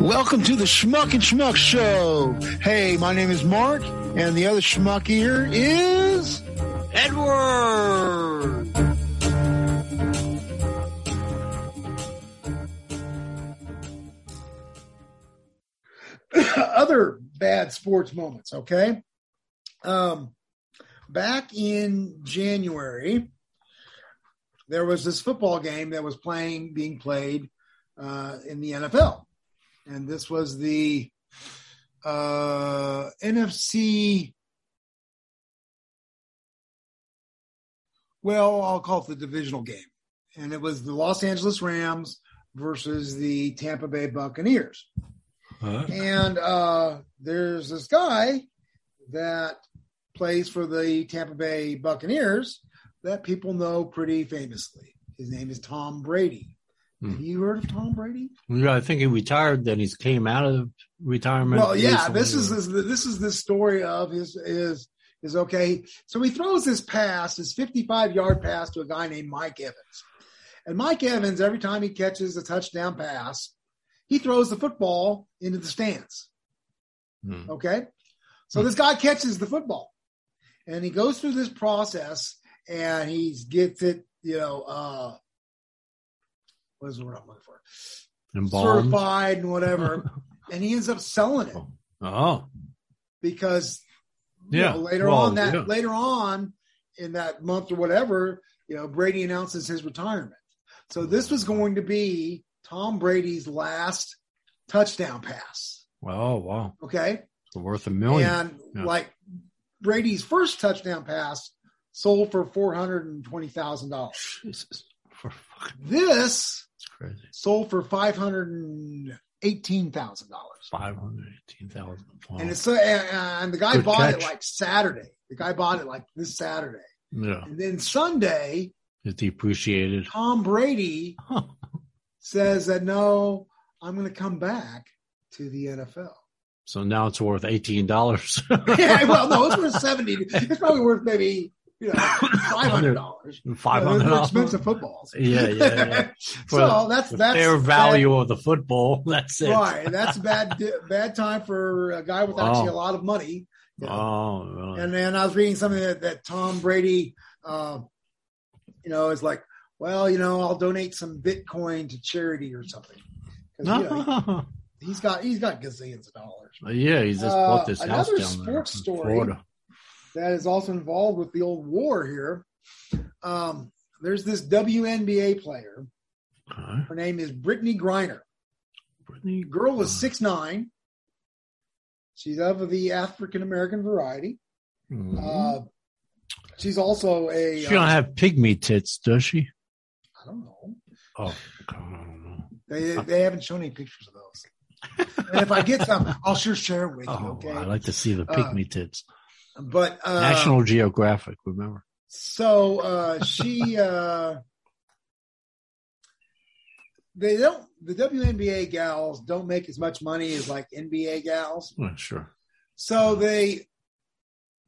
Welcome to the Schmuck and Schmuck Show. Hey, my name is Mark, and the other schmuck here is Edward. other bad sports moments. Okay, um, back in January, there was this football game that was playing being played uh, in the NFL, and this was the uh, NFC. Well, I'll call it the divisional game, and it was the Los Angeles Rams versus the Tampa Bay Buccaneers. And uh, there's this guy that plays for the Tampa Bay Buccaneers that people know pretty famously. His name is Tom Brady. Have you heard of Tom Brady? Yeah, I think he retired. Then he's came out of retirement. Well, yeah. recently. This is this, this is this story of his is is okay. So he throws his pass, his 55 yard pass to a guy named Mike Evans, and Mike Evans every time he catches a touchdown pass, he throws the football into the stands. Hmm. Okay. So this guy catches the football and he goes through this process and he gets it, you know, uh, what's the word I'm looking for? embalmed. Certified and whatever. and he ends up selling it Oh, because you Yeah. know, later Well, on that yeah. later on in that month or whatever, you know, Brady announces his retirement. So this was going to be Tom Brady's last touchdown pass. wow, wow, Okay. it's worth a million. And Oh, Yeah. like Brady's first touchdown pass sold for four hundred and twenty thousand dollars. Jesus, for fucking This it's crazy. sold for five hundred and eighteen thousand dollars. Five hundred eighteen thousand. And it's so, and, and the guy Good bought it catch. like Saturday. The guy bought it like this Saturday, yeah, and then Sunday, it's depreciated. Tom Brady Huh. says that no, I'm going to come back to the NFL. So now it's worth eighteen dollars. yeah, well, no, it's worth seventy. It's probably worth maybe you know five hundred dollars. Five hundred They're dollars. expensive footballs. Yeah, yeah, yeah. so Well, that's The that's fair value of the football. That's Bad, it. right, that's bad di- bad time for a guy with actually a Wow. lot of money. you know. Oh, really? And then I was reading something that, that Tom Brady, uh, you know, is like, well, you know, I'll donate some Bitcoin to charity or something. 'Cause, you know, he's got he's got gazillions of dollars. yeah, he just Uh, bought this house another down there sports in story. Florida. that is also involved with the old war here. Um, there's this WNBA player. Okay. Her name is Brittany Griner. Brittany The girl is Griner. six nine. She's of the African American variety. Mhm. Uh, she's also a. she uh, don't have pygmy tits, does she? I don't know. Oh, God, I don't know. They they haven't shown any pictures of those. and if I get some, I'll sure share it with you. Oh, Okay. I like to see the Uh, pygmy tits. but uh, National Geographic, remember? So uh, she, uh, they don't. The WNBA gals don't make as much money as like NBA gals. Well, Oh, sure. So they,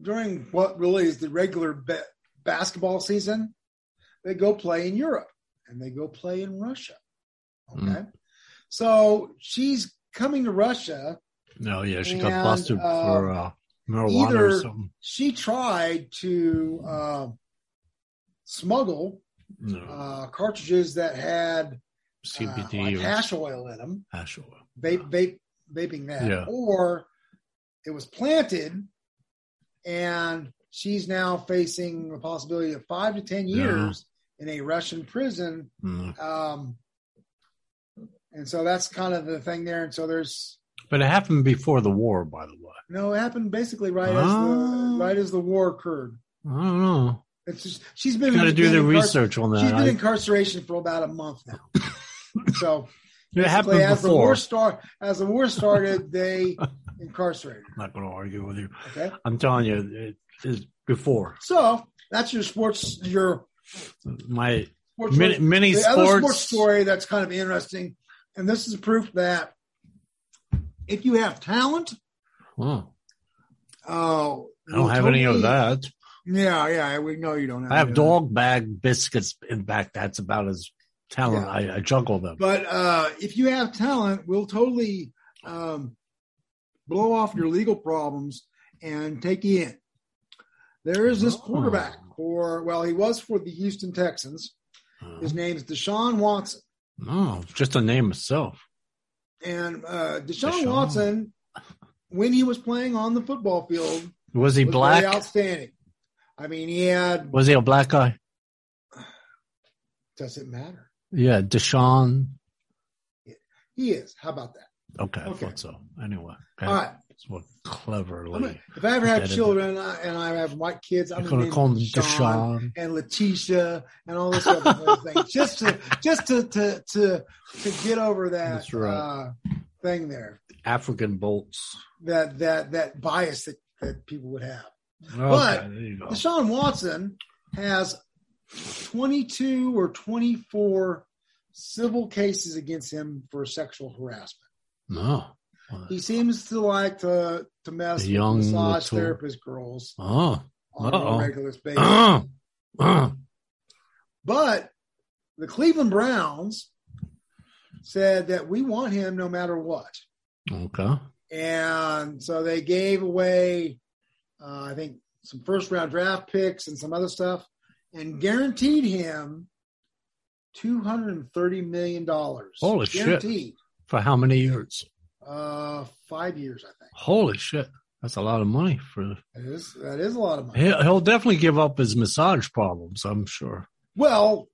during what really is the regular ba- basketball season, they go play in Europe and they go play in Russia. Okay, Hmm. so she's coming to Russia. No, yeah, she got And, busted uh, for uh, marijuana either- or something. She tried to uh, smuggle No, uh, cartridges that had CBD uh, like or hash oil in them, hash oil. vape, vape, vaping that, Yeah. or it was planted, and she's now facing the possibility of five to ten Yeah. years in a Russian prison. Mm. Um, and so that's kind of the thing there. And so there's But it happened before the war, by the way. no, it happened basically right as Ah. the right as the war occurred. I don't know. It's just, she's been Got to do the been incar- research on She's that. been I- incarceration for about a month now. so it Basically, happened as the before. war start as the war started, they incarcerated. I'm not going to argue with you. her, Okay, I'm telling you, it is before so that's your sports your my sports mini, mini the other sports sports. story that's kind of interesting, and this is proof that if you have talent, Oh, oh, I don't have any of that. Yeah, yeah, we know you don't. Have I have any of that. dog bag biscuits. In fact, that's about as talent. I, I juggle them. But uh, if you have talent, we'll totally um, blow off your legal problems and take you in. There is Oh. this quarterback for, well, he was for the Houston Texans. His Uh-huh. name's Deshaun Watson. Uh, No, just a name itself. And uh, Deshaun, Deshaun. Watson, when he was playing on the football field, Was he was black? very outstanding. I mean, he had, Was he a black guy? does it matter? Yeah, Deshaun. He is. How about that? Okay, I Okay. thought so. Anyway, okay. All right. It's what I'm cleverly. gonna- if I ever have That is- children uh, and I have white kids, I'm You're gonna name call him them Deshaun. and Letitia and all this other whole thing, just to just to to to, to get over that That's right. uh, thing there, African bolts. that that that bias that, that people would have. Okay, But- there you go. Deshaun Watson has 22 or 24 civil cases against him for sexual harassment. No. He seems to like to to mess Young with massage little- therapist girls Oh. on Uh-oh. a regular basis. Uh, uh. But the Cleveland Browns said that we want him no matter what. Okay. And so they gave away, uh, I think, some first round draft picks and some other stuff Hmm. and guaranteed him $230 million. Holy shit. Guaranteed. For how many years? Uh, five years, I think. Holy shit. That's a lot of money for That is, that is a lot of money. he'll, he'll definitely give up his massage problems, I'm sure. Well,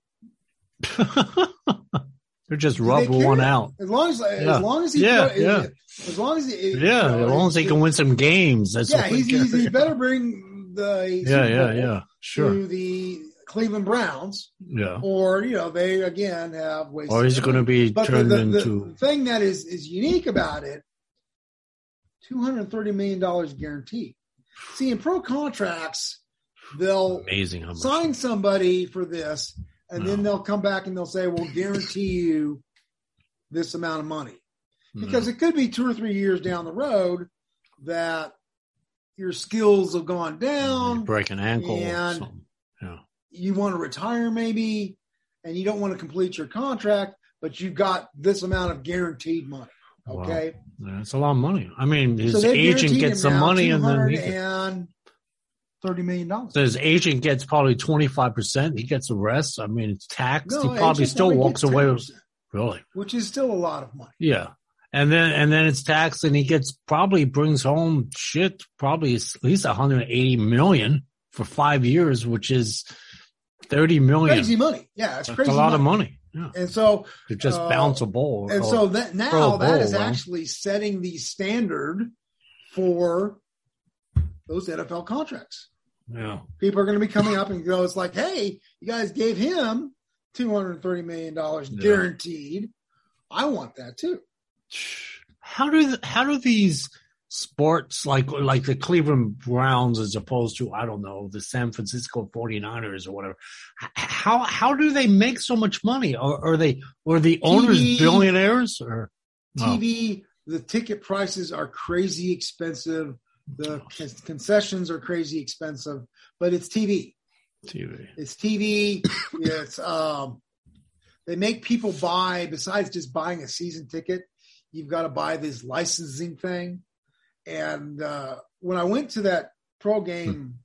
They're just they rub care? one out. as long as, Yeah. as long as he, Yeah, yeah. as long as he, Yeah, as long as he can win some games. That's yeah, all they he's, he's, care. he better bring the Yeah, Super yeah, Bowl yeah. Sure. to the Cleveland Browns, Yeah. or you know they again have wasted. Or he's going to be But the, turned the, the into. thing that is is unique about it: two hundred thirty million dollars guaranteed. See, in pro contracts, they'll Amazing how much. sign somebody for this, and then No. they'll come back and they'll say, "We'll guarantee you this amount of money." Hmm. because Mm-hmm. it could be two or three years down the road that your skills have gone You down. break an ankle or and- something. Yeah. You want to retire maybe, and you don't want to complete your contract, but you got this amount of guaranteed money. Wow. Okay, Yeah, It's a lot of money. I mean, his they've agent guaranteed him gets some now money and then he gets- $230 million dollars. So his agent gets probably 25%. He gets the rest. I mean, it's taxed. No, he probably agents still only walks get away with 10%, really. which is still a lot of money. Yeah. And then, and then it's taxed and he gets probably brings home shit, probably at least 180 million for five years, which is 30 million. Crazy money, yeah, it's Oh, That's crazy. a lot of money. Yeah. and so To just Uh, bounce a ball. and or- so that Pro now that is Bowl, huh? actually setting the standard for those NFL contracts. Oh, yeah. People are going to be coming up and go, it's like, hey, you guys gave him two hundred thirty million dollars Yeah. guaranteed. I want that too. How do th- how do these sports like like the Cleveland Browns as opposed to I don't know the San Francisco 49ers or whatever h- how how do they make so much money or are they or the owners TV. billionaires or Oh. TV, the ticket prices are crazy expensive. The con- concessions are crazy expensive, but it's TV. TV It's TV. it's um, they make people buy besides just buying a season ticket. You've got to buy this licensing thing. And uh, when I went to that pro game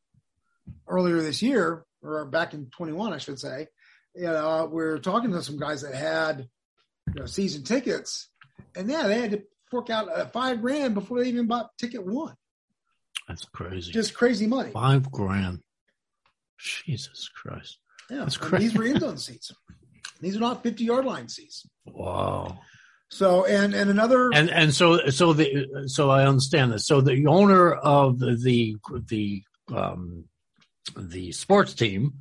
earlier this year, or back in 21, I should say, you know, we were talking to some guys that had you know, season tickets, and yeah, they had to fork out uh, five grand before they even bought ticket one. that's crazy Just crazy money. 5 grand Jesus Christ Yeah, That's and these crazy. were end zone seats. These are not fifty yard line seats. wow So and and another and and so so the so I understand this. So the owner of the the, the um the sports team,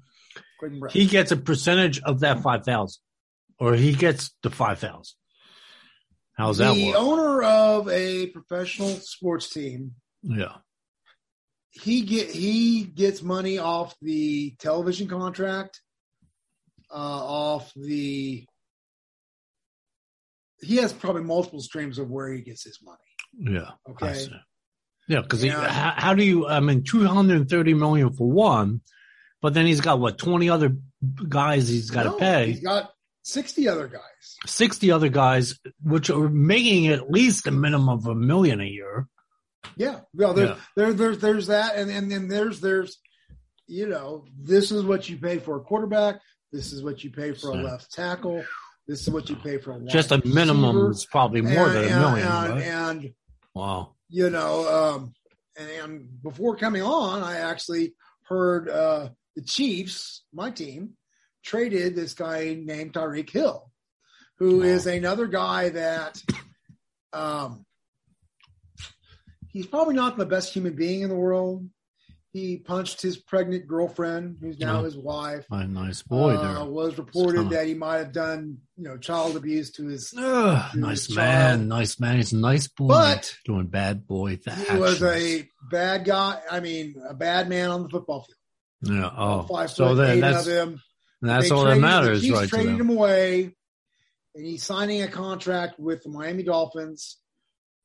Clayton Brown. he gets a percentage of that five thousand, or he gets the five thousand. How's that the work? owner of a professional sports team, yeah, he get he gets money off the television contract, uh, off the he has probably multiple streams of where he gets his money. yeah, I Okay. see. yeah. Because Yeah. how, how do you? I mean, two hundred thirty million for one, but then he's got what twenty other guys he's got to No, pay. He's got 60 other guys. 60 other guys, which are making at least a minimum of a million a year. Yeah. Well, there's, yeah. There, there, there's that. And, and then there's, there's, you know, this is what you pay for a quarterback. This is what you pay for a left tackle. This is what you pay for a just a receiver. minimum is probably more and, than and, a million. And, right? and, wow, you know, um, and, and before coming on, I actually heard uh, the Chiefs, my team, traded this guy named Tyreek Hill, who Wow. is another guy that um, he's probably not the best human being in the world. He punched his pregnant girlfriend, who's now Yeah. his wife. my nice boy Uh, was reported kinda- that he might have done, you know, child abuse to his. there. Ugh, he nice was man, child. nice man. He's a nice boy. But- doing bad boy actions. He was a bad guy. I mean, a bad man on the football field. yeah, oh, Five so foot then eight that's of him. that's They all that traded- matters, the Chiefs right? To traded them. him away, and he's signing a contract with the Miami Dolphins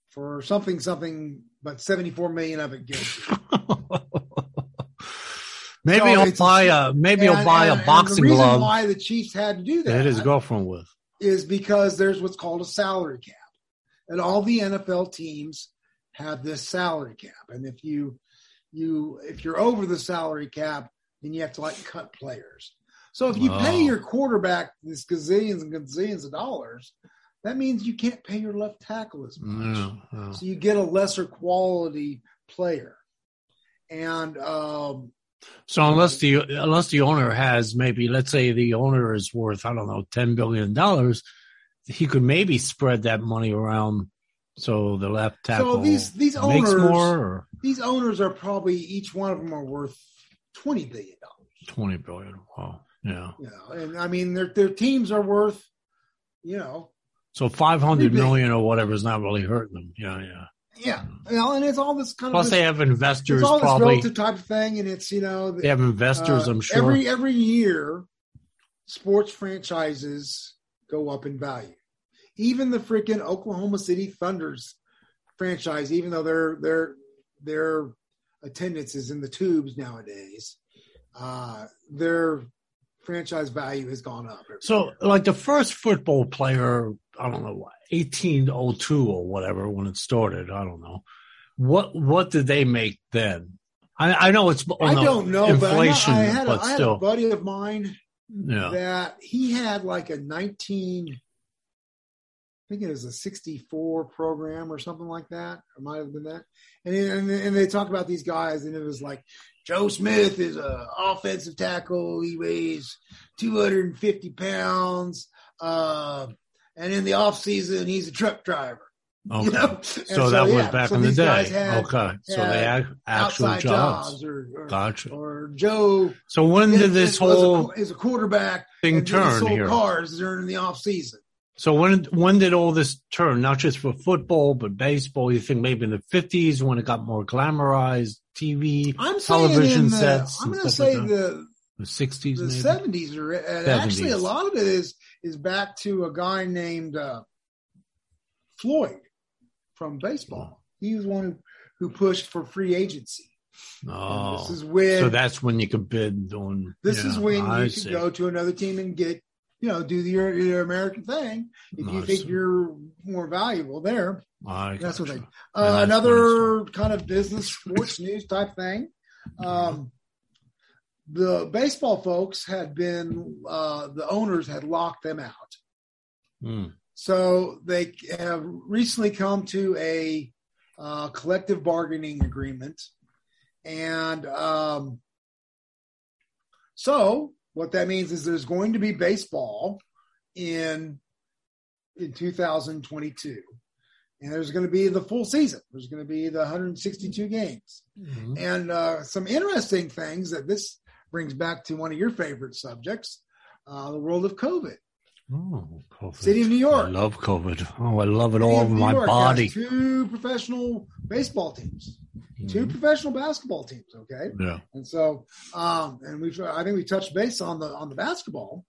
for something, something, but seventy-four million of it guilty. maybe So he'll it's a buy Chief- a maybe he'll And- buy and- a and boxing the reason glove Why the Chiefs had to do that that hit his is girlfriend with. because there's what's called a salary cap, and all the NFL teams have this salary cap. And if you you if you're over the salary cap, then you have to like cut players. So if you pay Wow. your quarterback these gazillions and gazillions of dollars, that means you can't pay your left tackle as much. Yeah, yeah. So you get a lesser quality player. And um, So unless the unless the owner has maybe let's say the owner is worth I don't know ten billion dollars, he could maybe spread that money around so the left tackle so these these makes owners more or these owners are probably each one of them are worth twenty billion dollars. twenty billion. Wow, yeah. You know, and I mean their their teams are worth, you know, So five hundred Three billion. million or whatever is not really hurting them. Yeah, yeah. yeah. You know, and it's all this kind Plus of they this, have it's investors all this probably. relative type of thing, and it's you know They have investors, uh, I'm sure. every every year, sports franchises go up in value. Even the freaking Oklahoma City Thunder's franchise, even though their their their attendance is in the tubes nowadays, uh, their franchise value has gone up. So, like the first football player, I don't know, eighteen oh two or whatever when it started. I don't know what what did they make then. I, I know it's I don't know, inflation, but, I, know- I had, a, but I had a still, buddy of mine yeah, that he had like a 19 I think it was a 64 program or something like that. It might have been that. And and, and they talk about these guys and it was like Joe Smith is a offensive tackle. He weighs 250 pounds. Uh, and in the off season, he's a truck driver. okay. You know? And So that was yeah, back so in the these guys day. had Okay, so they had had actual outside jobs. jobs, or, or, Gotcha. or Joe So when did this is- was a- whole is a quarterback thing and then he turn sold here? cars during the off season. So when when did all this turn? Not just for football, but baseball. You think maybe in the fifties when it got more glamorized, TV, I'm Television saying in the, sets I'm and going to stuff like say the the sixties, the maybe. seventies are and actually a 70s. lot of it is is back to a guy named uh, Floyd from baseball. He was one who, who pushed for free agency. And Oh, this is when so that's when you can bid on. this yeah, is when I you see. can go to another team and get you know do the, your, your American thing if you I think see. you're more valuable there. I That's what gotcha. Uh, Yeah, another kind of business sports news type thing. Um, the baseball folks had been uh, the owners had locked them out, Mm. so they have recently come to a uh, collective bargaining agreement, and um, so what that means is there's going to be baseball in in 2022 and there's going to be the full season. There's going to be the 162 games, Mhm. and uh, some interesting things that this brings back to one of your favorite subjects, uh, the world of COVID. Oh, COVID. City of New York. I love COVID. Oh, I love it City all of over New my York has body. Two professional baseball teams, two Mhm. professional basketball teams. Okay, Yeah. and so um, and we I think we touched base on the on the basketball,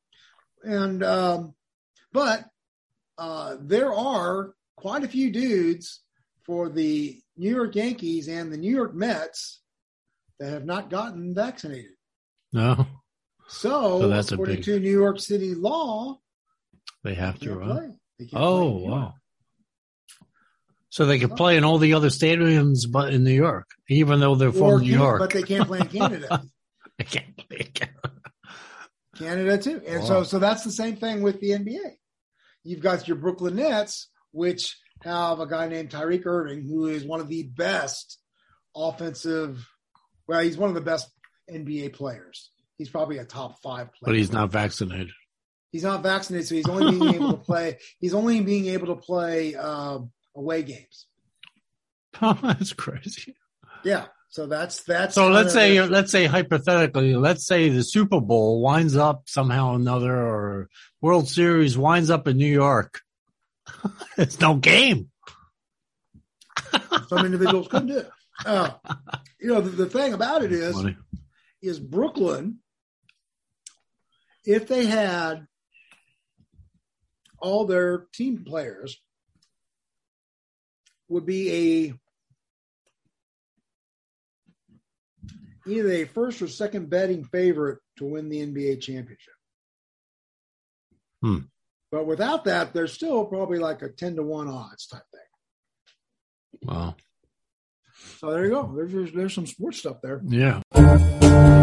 and um, but uh, there are quite a few dudes for the New York Yankees and the New York Mets that have not gotten vaccinated. No. So, So that's a according big- to New York City law, They have to. Can't Right? play. They can't Oh play in New York. wow! So they could Oh. play in all the other stadiums, but in New York, even though they're Or from New Can- York, but they can't play in Canada. they can't play again. Canada too. And Wow. so so that's the same thing with the NBA. You've got your Brooklyn Nets, which have a guy named Tyreek Irving, who is one of the best offensive well, he's one of the best NBA players. He's probably a top five player. But he's not vaccinated. he's not vaccinated, so he's only being able to play he's only being able to play um, away games. That's crazy. Yeah. So that's that's So kind let's of say, the- let's say hypothetically, let's say the Super Bowl winds up somehow or another, or World Series winds up in New York. it's no game. some individuals couldn't do it. Uh, you know, the, the thing about it is Funny. is Brooklyn, if they had all their team players, would be a either a first or second betting favorite to win the NBA championship. Hmm. But without that, they're still probably like a ten to one odds type thing. Wow. So there you go. There's there's, there's some sports stuff there. Yeah.